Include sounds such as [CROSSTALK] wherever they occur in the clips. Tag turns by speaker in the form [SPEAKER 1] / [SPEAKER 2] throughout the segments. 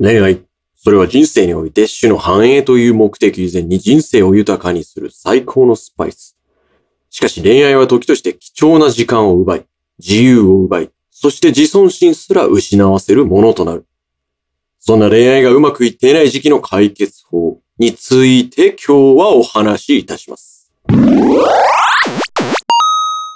[SPEAKER 1] 恋愛。それは人生において種の繁栄という目的以前に人生を豊かにする最高のスパイス。しかし恋愛は時として貴重な時間を奪い、自由を奪い、そして自尊心すら失わせるものとなる。そんな恋愛がうまくいっていない時期の解決法について今日はお話しいたします。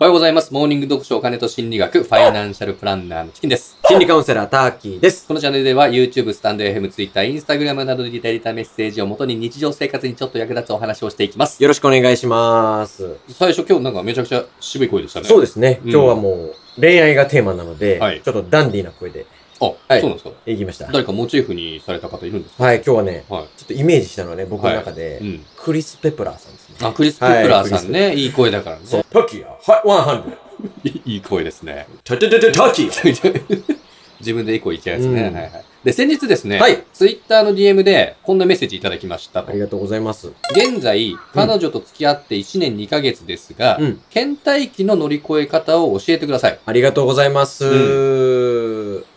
[SPEAKER 2] おはようございます。モーニング読書お金と心理学、ファイナンシャルプランナーのチキンです。
[SPEAKER 3] 心理カウンセラーターキーです。
[SPEAKER 2] このチャンネルでは YouTube、スタンド FM、Twitter、Instagram などでいただいたメッセージをもとに日常生活にちょっと役立つお話をしていきます。
[SPEAKER 3] よろしくお願いします。
[SPEAKER 2] 最初今日なんかめちゃくちゃ渋い声でしたね。
[SPEAKER 3] そう
[SPEAKER 2] で
[SPEAKER 3] ですね。
[SPEAKER 2] うん
[SPEAKER 3] 今日はもう恋愛がテーマなので、
[SPEAKER 2] はい。
[SPEAKER 3] ちょっとダンディーな声です
[SPEAKER 2] あ、
[SPEAKER 3] はい
[SPEAKER 2] そうなんですか
[SPEAKER 3] いきました。はい、
[SPEAKER 2] 誰かモチーフにされた方いるんですか
[SPEAKER 3] 今日はね、
[SPEAKER 2] はい。
[SPEAKER 3] ちょっとイメージしたのはね、僕の中で、
[SPEAKER 2] うん。
[SPEAKER 3] クリス・ペプラーさんですね。
[SPEAKER 2] あ、クリス・ペプラーさんね、い、い声だからね。
[SPEAKER 3] そう。タキヤ、はい、ワンハン
[SPEAKER 2] いいい声ですね。
[SPEAKER 3] ド。タタタタタキ
[SPEAKER 2] [LAUGHS] 自分で一個言っちゃうやつね、
[SPEAKER 3] うん
[SPEAKER 2] はいはい。で、先日ですね、
[SPEAKER 3] はい。
[SPEAKER 2] Twitter の DM でこんなメッセージいただきましたと
[SPEAKER 3] あり。がとうございます。
[SPEAKER 2] 現在、彼女と付き合って1年2ヶ月ですが、
[SPEAKER 3] うん。
[SPEAKER 2] 倦怠期の乗り越え方を教えてください。
[SPEAKER 3] ありがとうございます。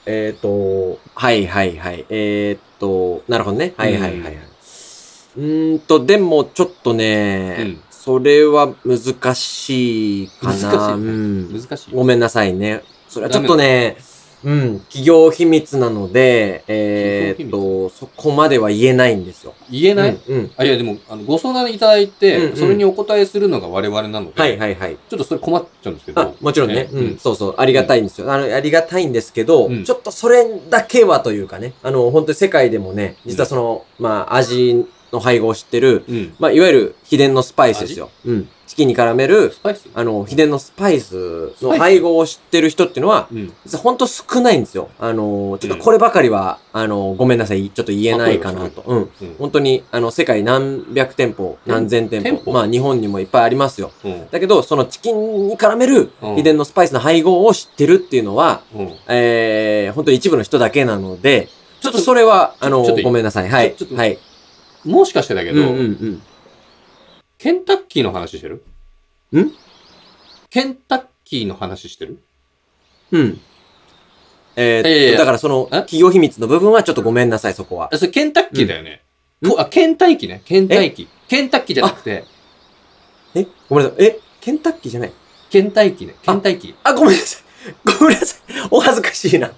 [SPEAKER 3] えっ、と、はいはいはい。えっ、と、なるほどね。はいはいはいはい。うーんと、でもちょっとね、
[SPEAKER 2] うん
[SPEAKER 3] それは難しいかな。
[SPEAKER 2] 難しい
[SPEAKER 3] うん、
[SPEAKER 2] 難しい。
[SPEAKER 3] ごめんなさいね。それはちょっとね、うん、企業秘密なので、えっ、
[SPEAKER 2] 企
[SPEAKER 3] と、そこまでは言えないんですよ。
[SPEAKER 2] 言えない、
[SPEAKER 3] うん、うん。
[SPEAKER 2] あ、いや、でも、あの、ご相談いただいて、
[SPEAKER 3] うんうん
[SPEAKER 2] それにお答えするのが我々なので、
[SPEAKER 3] はいはいはい。
[SPEAKER 2] ちょっとそれ困っちゃうんですけ
[SPEAKER 3] あ
[SPEAKER 2] ど、。
[SPEAKER 3] もちろんね。
[SPEAKER 2] う
[SPEAKER 3] うんん。そうそう。ありがたいんですよ。あの、ありがたいんですけど、
[SPEAKER 2] うん
[SPEAKER 3] ちょっとそれだけはというかね。あの、本当に世界でもね、実はその、まあ、味の配合を知ってる、
[SPEAKER 2] うん。
[SPEAKER 3] まあ、いわゆる秘伝のスパイスですよ。うん。チキンに絡める
[SPEAKER 2] ス、パイス
[SPEAKER 3] あの、秘伝のスパイスの配合を知ってる人っていうのは、
[SPEAKER 2] うん。
[SPEAKER 3] 実は本当少ないんですよ。あの、ちょっとこればかりは、あの、ごめんなさい。ちょっと言えないかなと。うん。
[SPEAKER 2] うん。
[SPEAKER 3] 本当に、あの、世界何百店舗、何千店
[SPEAKER 2] 店
[SPEAKER 3] 舗。
[SPEAKER 2] 舗
[SPEAKER 3] まあ、日本にもいっぱいありますよ。
[SPEAKER 2] うん。
[SPEAKER 3] だけど、そのチキンに絡める
[SPEAKER 2] うん
[SPEAKER 3] 秘伝のスパイスの配合を知ってるっていうのは、
[SPEAKER 2] うん。
[SPEAKER 3] えー、本当に一部の人だけなので、ちょっと
[SPEAKER 2] ちょっと
[SPEAKER 3] それは、あの
[SPEAKER 2] ちょっといい、
[SPEAKER 3] ごめんなさい。はい
[SPEAKER 2] ちょちょっ。と
[SPEAKER 3] はい。
[SPEAKER 2] もしかしてだけ
[SPEAKER 3] うんう
[SPEAKER 2] ど、
[SPEAKER 3] んうん。
[SPEAKER 2] ケンタッキーの話してる
[SPEAKER 3] ん
[SPEAKER 2] ケンタッキーの話してる
[SPEAKER 3] うん。え
[SPEAKER 2] いやいやい
[SPEAKER 3] ー、
[SPEAKER 2] や
[SPEAKER 3] だからその、
[SPEAKER 2] え
[SPEAKER 3] 企業秘密の部分はちょっとごめんなさい、そこは
[SPEAKER 2] あ。それケンタッキーだよね。
[SPEAKER 3] うん
[SPEAKER 2] こあ、ケンタイキね。ケンタイキ。ケンタッキーじゃなくて、
[SPEAKER 3] えごめんなさい。えケンタッキーじゃない
[SPEAKER 2] ケンタイキね。ケンタイキ。
[SPEAKER 3] あ、ごめんなさい。ごめんなさい。お恥ずかしいな。あ、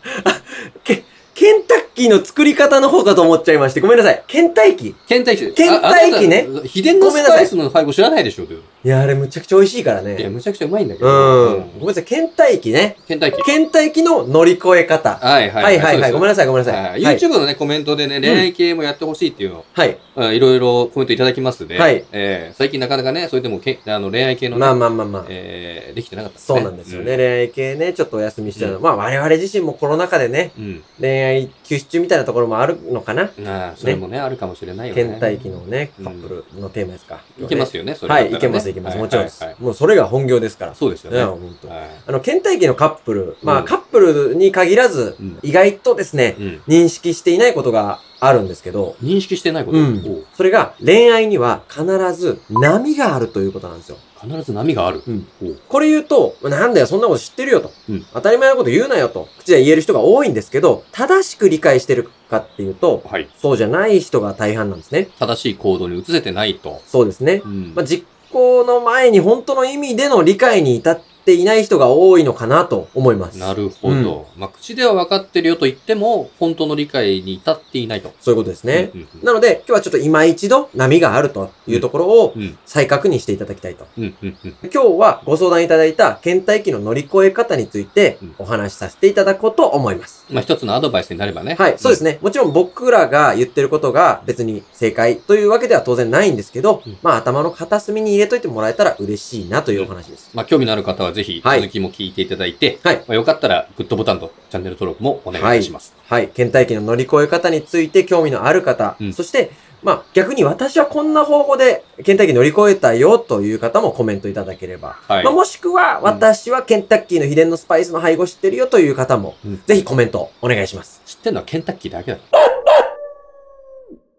[SPEAKER 3] ケ、ケンタッキーの作り方の方かと思っちゃいまして。ごめんなさい。ケンタッキー
[SPEAKER 2] 倦怠期
[SPEAKER 3] 倦怠期ね。
[SPEAKER 2] ああ秘伝のスパイスの配合知らないでしょ、い
[SPEAKER 3] いや、あれむちゃくちゃ美味しいから
[SPEAKER 2] や、
[SPEAKER 3] ね。
[SPEAKER 2] むちゃくちゃうまいんだけ
[SPEAKER 3] う
[SPEAKER 2] ど。
[SPEAKER 3] ん。ごめんなさい。ケンタッキーね。
[SPEAKER 2] 倦怠期。
[SPEAKER 3] 倦怠期の乗り越え方。
[SPEAKER 2] はいはい
[SPEAKER 3] はいはいはい。
[SPEAKER 2] そ
[SPEAKER 3] ご
[SPEAKER 2] う
[SPEAKER 3] めん
[SPEAKER 2] です
[SPEAKER 3] なさい、ごめんな
[SPEAKER 2] は
[SPEAKER 3] さ
[SPEAKER 2] い
[SPEAKER 3] い。はい。
[SPEAKER 2] YouTube のね、コメントでね、恋愛系もやってほしいっていうのを
[SPEAKER 3] はい。
[SPEAKER 2] うん、いろいろコメントいただきますので、
[SPEAKER 3] はい
[SPEAKER 2] えー最近なかなかね、それでもけあの恋愛系のね、
[SPEAKER 3] まあまあまあまあ。
[SPEAKER 2] えーできてなかった
[SPEAKER 3] そうなんですよね。。恋愛系ね、ちょっとお休みしてた
[SPEAKER 2] う
[SPEAKER 3] の。まあ我々自身もコロナ禍でね、
[SPEAKER 2] うん。
[SPEAKER 3] 恋愛休止中みたいなところもあるのかな。
[SPEAKER 2] うんあーそれもねあるかもしれないよね。
[SPEAKER 3] 倦怠期のね、カップルのテーマですか。
[SPEAKER 2] いけますよね、それ
[SPEAKER 3] はい、
[SPEAKER 2] だ
[SPEAKER 3] い
[SPEAKER 2] った
[SPEAKER 3] け
[SPEAKER 2] らね
[SPEAKER 3] ます、いけます。もちろんです
[SPEAKER 2] はいはい。
[SPEAKER 3] もうそれが本業ですから。
[SPEAKER 2] そうですよね。
[SPEAKER 3] うん
[SPEAKER 2] は
[SPEAKER 3] 本当
[SPEAKER 2] い
[SPEAKER 3] あの、倦怠期のカップル、ま
[SPEAKER 2] う
[SPEAKER 3] あ
[SPEAKER 2] ん
[SPEAKER 3] カップルに限らず
[SPEAKER 2] うん、
[SPEAKER 3] 意外とですね、
[SPEAKER 2] うん
[SPEAKER 3] 認識していないことがあるんですけど、
[SPEAKER 2] 認識してないこと、
[SPEAKER 3] うん
[SPEAKER 2] おう
[SPEAKER 3] それが恋愛には必ず波があるということなんですよ。
[SPEAKER 2] 必ず波がある。
[SPEAKER 3] うん
[SPEAKER 2] おう
[SPEAKER 3] これ言うと、なんだよ、そんなこと知ってるよと。
[SPEAKER 2] うん
[SPEAKER 3] 当たり前のこと言うなよと。口で言える人が多いんですけど、正しく理解してるかっていうと、
[SPEAKER 2] はい。
[SPEAKER 3] そうじゃない人が大半なんですね。
[SPEAKER 2] 正しい行動に移せてないと。
[SPEAKER 3] そうですね。
[SPEAKER 2] うん
[SPEAKER 3] まあ、実行の前に本当の意味での理解に至っていない人が多いのかなと思います。
[SPEAKER 2] なるほど。まあ、口では分かってるよと言っても、本当の理解に至っていないと。
[SPEAKER 3] そういうことですね。
[SPEAKER 2] うん
[SPEAKER 3] なので、今日はちょっと今一度波があるというところを
[SPEAKER 2] うんうん
[SPEAKER 3] 再確認していただきたいと。
[SPEAKER 2] うんうんうん
[SPEAKER 3] 今日はご相談いただいた倦怠期の乗り越え方について
[SPEAKER 2] うん
[SPEAKER 3] お話しさせていただこうと思います。
[SPEAKER 2] まあ、一つのアドバイスになればね。
[SPEAKER 3] はい、そうです
[SPEAKER 2] ね。
[SPEAKER 3] ね。もちろん僕らが言ってることが別に正解というわけでは当然ないんですけど
[SPEAKER 2] うん、
[SPEAKER 3] まあ頭の片隅に入れといてもらえたら嬉しいなというお話です。
[SPEAKER 2] まあ、興味のある方はぜひ、
[SPEAKER 3] はい
[SPEAKER 2] 続きも聞いていただいて、
[SPEAKER 3] はい
[SPEAKER 2] まあ、よかったら、グッドボタンとチャンネル登録もお願いいたします。
[SPEAKER 3] はい、倦怠期の乗り越え方について興味のある方、
[SPEAKER 2] うん
[SPEAKER 3] そして、まあ逆に私はこんな方法で倦怠期乗り越えたよという方もコメントいただければ、
[SPEAKER 2] はい。
[SPEAKER 3] まあもしくは私はケンタッキーの秘伝のスパイスの配合知ってるよという方も、
[SPEAKER 2] うん
[SPEAKER 3] ぜひコメントお願いします。
[SPEAKER 2] 知ってるのはケンタッキーだけだ。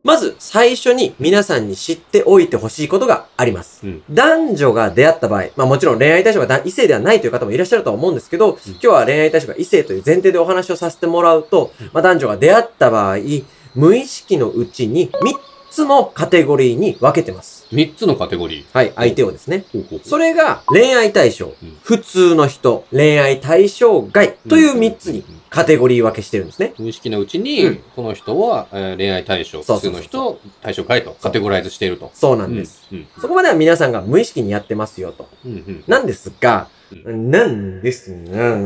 [SPEAKER 3] まず最初に皆さんに知っておいてほしいことがあります。
[SPEAKER 2] うん
[SPEAKER 3] 男女が出会った場合、まあもちろん恋愛対象が男異性ではないという方もいらっしゃるとは思うんですけど、今日は恋愛対象が異性という前提でお話をさせてもらうと
[SPEAKER 2] うん、
[SPEAKER 3] まあ男女が出会った場合、無意識のうちに3つのカテゴリーに分けてます。
[SPEAKER 2] 三つのカテゴリー。
[SPEAKER 3] はい、相手をですね。
[SPEAKER 2] ほうほうほう
[SPEAKER 3] それが恋愛対象、
[SPEAKER 2] ん
[SPEAKER 3] 普通の人、恋愛対象外という3つに。
[SPEAKER 2] ん
[SPEAKER 3] カテゴリー分けしてるんですね。
[SPEAKER 2] 無意識のうちに、
[SPEAKER 3] うん
[SPEAKER 2] この人は、えー恋愛対象、
[SPEAKER 3] そ
[SPEAKER 2] 普
[SPEAKER 3] うそう
[SPEAKER 2] 通
[SPEAKER 3] そう
[SPEAKER 2] の人、対象外とカテゴライズしていると。
[SPEAKER 3] そうなんです。
[SPEAKER 2] うん。うん
[SPEAKER 3] そこまでは皆さんが無意識にやってますよと。
[SPEAKER 2] うんうん
[SPEAKER 3] なんですが、
[SPEAKER 2] う
[SPEAKER 3] なんですが、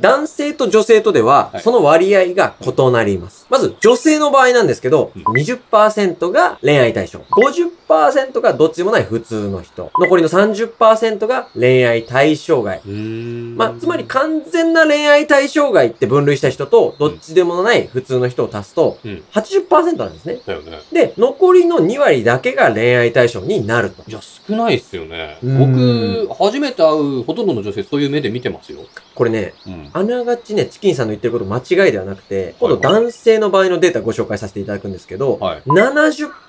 [SPEAKER 3] 男性と女性とでは
[SPEAKER 2] は、い
[SPEAKER 3] その割合が異なります。まず、女性の場合なんですけど、
[SPEAKER 2] うん
[SPEAKER 3] 20%が恋愛対象、50%がどっちでもない普通の人、残りの30%が恋愛対象外。
[SPEAKER 2] うーん
[SPEAKER 3] まあ、つまり完全な恋愛対象外って分類した人と、どっちでもない普通の人を足すと
[SPEAKER 2] うん、
[SPEAKER 3] 80%なんですね。
[SPEAKER 2] だよね。
[SPEAKER 3] で、残りの2割だけが恋愛対象になると。
[SPEAKER 2] いや、少ないっすよね。
[SPEAKER 3] うん
[SPEAKER 2] 僕、初めて会うほとんどの女性、そういう目で見てますよ。
[SPEAKER 3] これね、
[SPEAKER 2] うん。
[SPEAKER 3] あながちね、チキンさんの言ってること間違いではなくて、今度
[SPEAKER 2] はいは
[SPEAKER 3] 男性の場合のデータご紹介させていただくんですけど、
[SPEAKER 2] はい。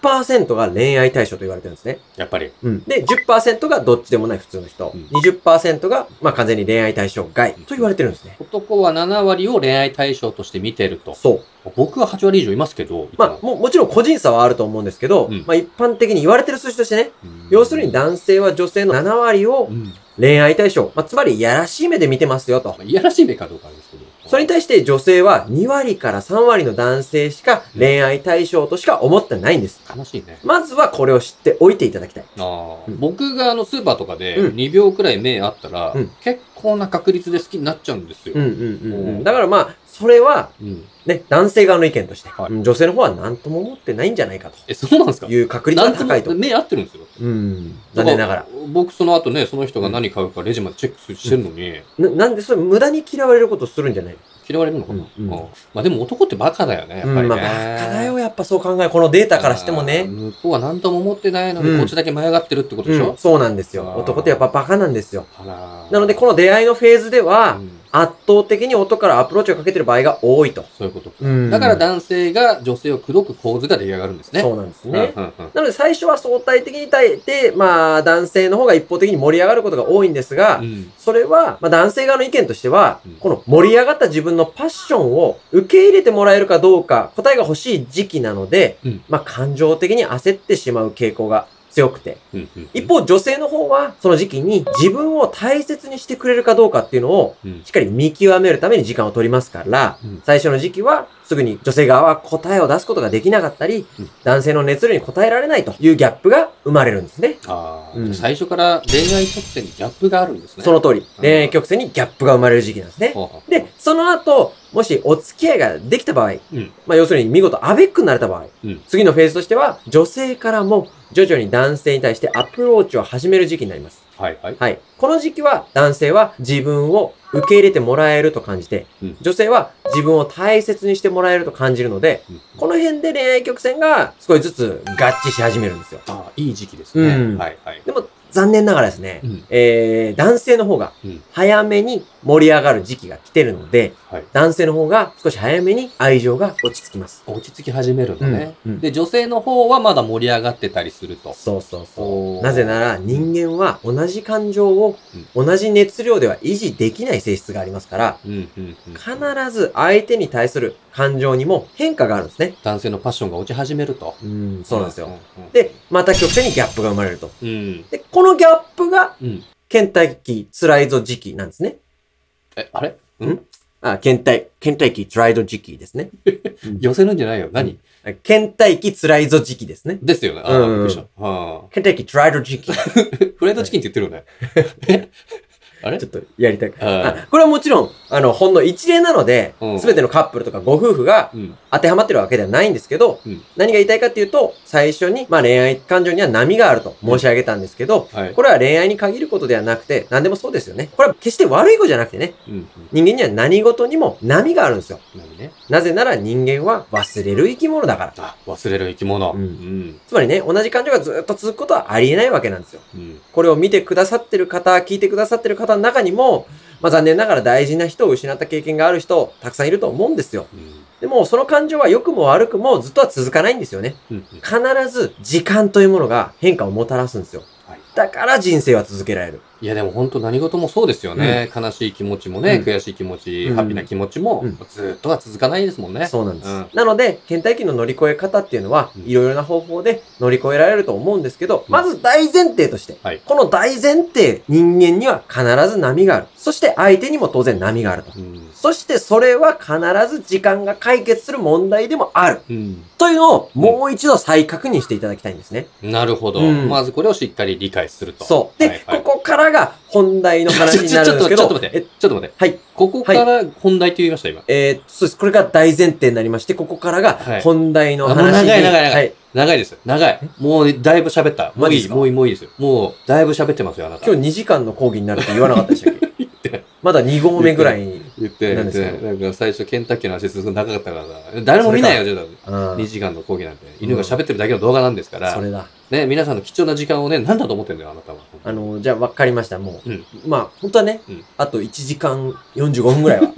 [SPEAKER 3] 70%が恋愛対象と言われてるんですね。
[SPEAKER 2] やっぱり。
[SPEAKER 3] うん。で、10%がどっちでもない普通の人。
[SPEAKER 2] うん
[SPEAKER 3] 20%が、まあ、完全に恋愛対象外と言われてるんですね。
[SPEAKER 2] 男は7割を恋愛対象として見てると。
[SPEAKER 3] そう。
[SPEAKER 2] 僕は8割以上いますけど。いつも
[SPEAKER 3] まあ、も、もちろん個人差はあると思うんですけど、
[SPEAKER 2] うん
[SPEAKER 3] まあ、一般的に言われてる数字としてね、
[SPEAKER 2] うん
[SPEAKER 3] 要するに男性は女性の7割を
[SPEAKER 2] うん
[SPEAKER 3] 恋愛対象、まあ、つまりいやらしい目で見てますよと
[SPEAKER 2] まあ。いやらしい目かどうかあるんですけど。
[SPEAKER 3] それに対して女性は2割から3割の男性しか恋愛対象としか思ってないんです。
[SPEAKER 2] 悲しいね。
[SPEAKER 3] まずはこれを知っておいていただきたい。
[SPEAKER 2] ああ
[SPEAKER 3] うん
[SPEAKER 2] 僕があのスーパーとかで
[SPEAKER 3] うん
[SPEAKER 2] 2秒くらい目あったら、
[SPEAKER 3] うん
[SPEAKER 2] 結構な確率で好きになっちゃうんですよ。
[SPEAKER 3] うんうんうんう
[SPEAKER 2] うん
[SPEAKER 3] ん。だからまあ、それは
[SPEAKER 2] うん
[SPEAKER 3] ね、男性側の意見として、
[SPEAKER 2] はい
[SPEAKER 3] うん女性の方は何とも思ってないんじゃないか
[SPEAKER 2] え、そうなんですか
[SPEAKER 3] という確率
[SPEAKER 2] な
[SPEAKER 3] が
[SPEAKER 2] んと
[SPEAKER 3] 高いと
[SPEAKER 2] も。目合ってるんですよ。
[SPEAKER 3] うん。残念ながら。
[SPEAKER 2] だから。僕その後ね、その人が何買うかレジまでチェックしてるのに、
[SPEAKER 3] ななんでそれ無駄に嫌われることするんじゃない
[SPEAKER 2] 嫌われるのかな、
[SPEAKER 3] うんうん
[SPEAKER 2] まあでも男ってバカだよね、やっぱり
[SPEAKER 3] うん、
[SPEAKER 2] ね。
[SPEAKER 3] まあ、バカだよ、やっぱそう考え、このデータからしても
[SPEAKER 2] あー
[SPEAKER 3] ね。
[SPEAKER 2] 向こうは何とも思ってないのに、
[SPEAKER 3] うん
[SPEAKER 2] こっちだけ舞い上がってるってことでし
[SPEAKER 3] う
[SPEAKER 2] ょ
[SPEAKER 3] ん、、そうなんです
[SPEAKER 2] あ
[SPEAKER 3] よ。
[SPEAKER 2] ー
[SPEAKER 3] 男ってやっぱバカなんですよ。
[SPEAKER 2] あら
[SPEAKER 3] なので、この出会いのフェーズでは、
[SPEAKER 2] うん
[SPEAKER 3] 圧倒的に音からアプローチをかけてる場合が多いと。
[SPEAKER 2] そういうこと。
[SPEAKER 3] うん
[SPEAKER 2] だから男性が女性を口説く構図が出来上がるんですね。
[SPEAKER 3] そうなんです
[SPEAKER 2] う
[SPEAKER 3] ね。
[SPEAKER 2] んうんうん
[SPEAKER 3] なので最初は相対的に対して、まあ男性の方が一方的に盛り上がることが多いんですが、
[SPEAKER 2] うん
[SPEAKER 3] それは、まあ、男性側の意見としては、
[SPEAKER 2] うん
[SPEAKER 3] この盛り上がった自分のパッションを受け入れてもらえるかどうか、答えが欲しい時期なので、
[SPEAKER 2] うん
[SPEAKER 3] まあ感情的に焦ってしまう傾向が強くて、
[SPEAKER 2] うんうんうん
[SPEAKER 3] 一方女性の方はその時期に自分を大切にしてくれるかどうかっていうのを
[SPEAKER 2] うん
[SPEAKER 3] しっかり見極めるために時間を取りますから、
[SPEAKER 2] うん
[SPEAKER 3] 最初の時期はすぐに女性側は答えを出すことができなかったり、
[SPEAKER 2] うん
[SPEAKER 3] 男性の熱量に応えられないというギャップが生まれるんですね。
[SPEAKER 2] ああ、
[SPEAKER 3] うん
[SPEAKER 2] 最初から恋愛特性にギャップがあるんですね。
[SPEAKER 3] その通り、恋愛曲線にギャップが生まれる時期なんですね。
[SPEAKER 2] ほうほう、
[SPEAKER 3] で、その後、もしお付き合いができた場合、
[SPEAKER 2] うん
[SPEAKER 3] まあ要するに見事アベックになれた場合、
[SPEAKER 2] うん
[SPEAKER 3] 次のフェーズとしては、女性からも徐々に男性に対してアプローチを始める時期になります。
[SPEAKER 2] はいはい。
[SPEAKER 3] はい。この時期は男性は自分を受け入れてもらえると感じて、
[SPEAKER 2] うん
[SPEAKER 3] 女性は自分を大切にしてもらえると感じるので、
[SPEAKER 2] うん
[SPEAKER 3] この辺で恋愛曲線が少しずつ合致し始めるんですよ。
[SPEAKER 2] ああ、いい時期ですね。
[SPEAKER 3] うん
[SPEAKER 2] はいはい。
[SPEAKER 3] でも残念ながらですね、
[SPEAKER 2] うん
[SPEAKER 3] えー、男性の方が
[SPEAKER 2] うん
[SPEAKER 3] 早めに盛り上がる時期が来てるので、
[SPEAKER 2] はい
[SPEAKER 3] 男性の方が少し早めに愛情が落ち着きます。
[SPEAKER 2] 落ち着き始めるのね、
[SPEAKER 3] うんうん
[SPEAKER 2] で、女性の方はまだ盛り上がってたりすると。
[SPEAKER 3] そうそうそ
[SPEAKER 2] お
[SPEAKER 3] う。
[SPEAKER 2] ー
[SPEAKER 3] なぜなら人間は同じ感情を同じ熱量では維持できない性質がありますから、
[SPEAKER 2] うんうんうん。
[SPEAKER 3] 必ず相手に対する感情にも変化があるんですね。
[SPEAKER 2] 男性のパッションが落ち始めると。
[SPEAKER 3] うん、そうなんですよ。。
[SPEAKER 2] うん、
[SPEAKER 3] で、また曲線にギャップが生まれると。
[SPEAKER 2] うん。
[SPEAKER 3] で、このギャップが、
[SPEAKER 2] うん。
[SPEAKER 3] 倦怠期、辛いぞ時期なんですね。
[SPEAKER 2] え、あれ
[SPEAKER 3] あ、倦怠、倦怠期、辛いぞ時期ですね。
[SPEAKER 2] 寄せるんじゃないよ。何、
[SPEAKER 3] あ倦怠期、辛いぞ時期ですね。
[SPEAKER 2] ですよね。ああ、
[SPEAKER 3] うん
[SPEAKER 2] びっくりした。は
[SPEAKER 3] 倦怠期、辛いぞ時期。ち [LAUGHS] ょ
[SPEAKER 2] あ、フライドチキンって言ってるよね。あれ
[SPEAKER 3] っとやりたい。
[SPEAKER 2] あ
[SPEAKER 3] あこれはもちろん、あの、ほんの一例なので
[SPEAKER 2] う、ん
[SPEAKER 3] すべてのカップルとかご夫婦が
[SPEAKER 2] あうん。
[SPEAKER 3] 当てはまってるわけではないんですけど、
[SPEAKER 2] うん
[SPEAKER 3] 何が言いたいかっていうと、最初に、まあ、恋愛感情には波があると申し上げたんですけど、
[SPEAKER 2] はい。
[SPEAKER 3] これは恋愛に限ることではなくて、何でもそうですよね。これは決して悪いことじゃなくてね、
[SPEAKER 2] うんうん。
[SPEAKER 3] 人間には何事にも波があるんですよ。
[SPEAKER 2] 何ね。
[SPEAKER 3] なぜなら人間は忘れる生き物だから。
[SPEAKER 2] あ、忘れる生き物。
[SPEAKER 3] うん
[SPEAKER 2] うん。
[SPEAKER 3] つまりね、同じ感情がずっと続くことはありえないわけなんですよ。
[SPEAKER 2] うん。
[SPEAKER 3] これを見てくださってる方、聞いてくださってる方の中にも、まあ残念ながら大事な人を失った経験がある人、たくさんいると思うんですよ。
[SPEAKER 2] うん。
[SPEAKER 3] でも、その感情は良くも悪くもずっとは続かないんですよね。
[SPEAKER 2] うんうん。
[SPEAKER 3] 必ず時間というものが変化をもたらすんですよ。
[SPEAKER 2] はい
[SPEAKER 3] だから人生は続けられる。
[SPEAKER 2] いや、でも本当何事もそうですよね。悲しい気持ちもね、
[SPEAKER 3] うん
[SPEAKER 2] 悔しい気持ち、
[SPEAKER 3] うん
[SPEAKER 2] ハッピーな気持ちも、
[SPEAKER 3] うん
[SPEAKER 2] ずっとは続かないですもんね。
[SPEAKER 3] そうなんです。
[SPEAKER 2] うん
[SPEAKER 3] なので、倦怠期の乗り越え方っていうのは
[SPEAKER 2] うん、
[SPEAKER 3] いろいろな方法で乗り越えられると思うんですけど、
[SPEAKER 2] うん
[SPEAKER 3] まず大前提として、
[SPEAKER 2] はい
[SPEAKER 3] この大前提、人間には必ず波がある。そして相手にも当然波があると。
[SPEAKER 2] うん。
[SPEAKER 3] そしてそれは必ず時間が解決する問題でもある。
[SPEAKER 2] うん。
[SPEAKER 3] というのをもう一度再確認していただきたいんですね。
[SPEAKER 2] なるほど、
[SPEAKER 3] うん
[SPEAKER 2] まずこれをしっかり理解すると。
[SPEAKER 3] そう。で、
[SPEAKER 2] はいはい
[SPEAKER 3] ここからが本題の話になるんですけど。
[SPEAKER 2] ちょちょちょっと待って
[SPEAKER 3] え。
[SPEAKER 2] ちょっと待って。
[SPEAKER 3] はい。
[SPEAKER 2] ここから本題と言いました、今。
[SPEAKER 3] えーそうです。これが大前提になりまして、ここからが
[SPEAKER 2] はい
[SPEAKER 3] 本題の
[SPEAKER 2] あ
[SPEAKER 3] 話
[SPEAKER 2] もう
[SPEAKER 3] に、
[SPEAKER 2] 長い長い長い
[SPEAKER 3] はい。
[SPEAKER 2] 長いです。長い。もうね、だいぶ喋った。もう
[SPEAKER 3] マジ
[SPEAKER 2] い
[SPEAKER 3] っ
[SPEAKER 2] い、
[SPEAKER 3] すか
[SPEAKER 2] もういい、もういいですよ。もう、だいぶ喋ってますよ、あなた。
[SPEAKER 3] 今日2時間の講義になるって言わなかったでしたっ
[SPEAKER 2] [LAUGHS]
[SPEAKER 3] けまだ2合目ぐらいに。
[SPEAKER 2] 言って、
[SPEAKER 3] 何
[SPEAKER 2] 言
[SPEAKER 3] で
[SPEAKER 2] っ
[SPEAKER 3] すか
[SPEAKER 2] て、なんか最初、ケンタッキーの話すごく長かったからな。誰も見ないよ、じゃあ。
[SPEAKER 3] うん
[SPEAKER 2] 2時間の講義なんて、犬が喋ってるだけの動画なんですから、
[SPEAKER 3] それだ。
[SPEAKER 2] ね、皆さんの貴重な時間をね、何だと思ってんだよ、あなたは。
[SPEAKER 3] あの、じゃあ分かりました、もう。
[SPEAKER 2] うん
[SPEAKER 3] まあ、本当はね、
[SPEAKER 2] うん
[SPEAKER 3] あと1時間45分ぐらい
[SPEAKER 2] [LAUGHS]
[SPEAKER 3] は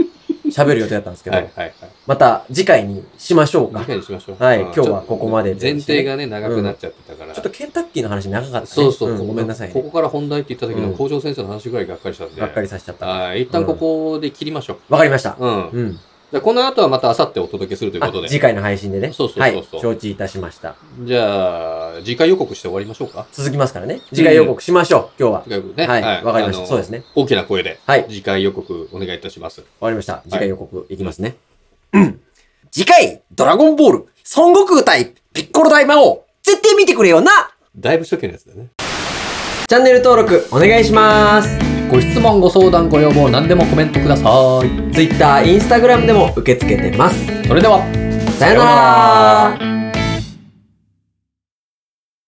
[SPEAKER 3] 喋る予定だったんですけど、
[SPEAKER 2] はいはいはい。
[SPEAKER 3] また次回にしましょうか。
[SPEAKER 2] 次
[SPEAKER 3] ち
[SPEAKER 2] 回にしましょう。
[SPEAKER 3] はい
[SPEAKER 2] う
[SPEAKER 3] 今
[SPEAKER 2] ん
[SPEAKER 3] 日は
[SPEAKER 2] ちょっと
[SPEAKER 3] ここまでで
[SPEAKER 2] 前提がね、長くなっちゃってたから。
[SPEAKER 3] ょっとケンタッキーの話長かったね。
[SPEAKER 2] そうそう、
[SPEAKER 3] ん
[SPEAKER 2] ここ
[SPEAKER 3] ごめんなさい
[SPEAKER 2] こ
[SPEAKER 3] ね。
[SPEAKER 2] こから本題って言った時の
[SPEAKER 3] うん
[SPEAKER 2] 校長先生の話ぐらいがっかりしたんで。
[SPEAKER 3] がっかりさせちゃった。わ
[SPEAKER 2] はい。一旦ここで切りましょ
[SPEAKER 3] かりました。
[SPEAKER 2] う。うん。
[SPEAKER 3] うん。
[SPEAKER 2] じゃあこの後はまた明後日お届けするという
[SPEAKER 3] あ
[SPEAKER 2] ことで。
[SPEAKER 3] 次回の配信でね。
[SPEAKER 2] そうそうそうそう
[SPEAKER 3] はい。承知いたしました。
[SPEAKER 2] じゃあ、次回予告して終わりましょうか。
[SPEAKER 3] 続きますからね。次回予告しましょう、今日は
[SPEAKER 2] 次。回予告ね。
[SPEAKER 3] はい。わかりました。そうです
[SPEAKER 2] ね。
[SPEAKER 3] ね。
[SPEAKER 2] 大きな声で、
[SPEAKER 3] はい。
[SPEAKER 2] 次回予告お願いいたします。
[SPEAKER 3] わかりました。次回予告いきますね。 [CLEARS THROAT] うん。次回、ドラゴンボール、孫悟空対ピッコロ大魔王、絶対見てくれよな
[SPEAKER 2] だいぶ初期のやつだね。
[SPEAKER 3] チャンネル登録お願いします。
[SPEAKER 2] ご質問、ご相談、ご要望、何でもコメントください。
[SPEAKER 3] Twitter、Instagram でも受け付けてます。
[SPEAKER 2] それでは。
[SPEAKER 3] さよなら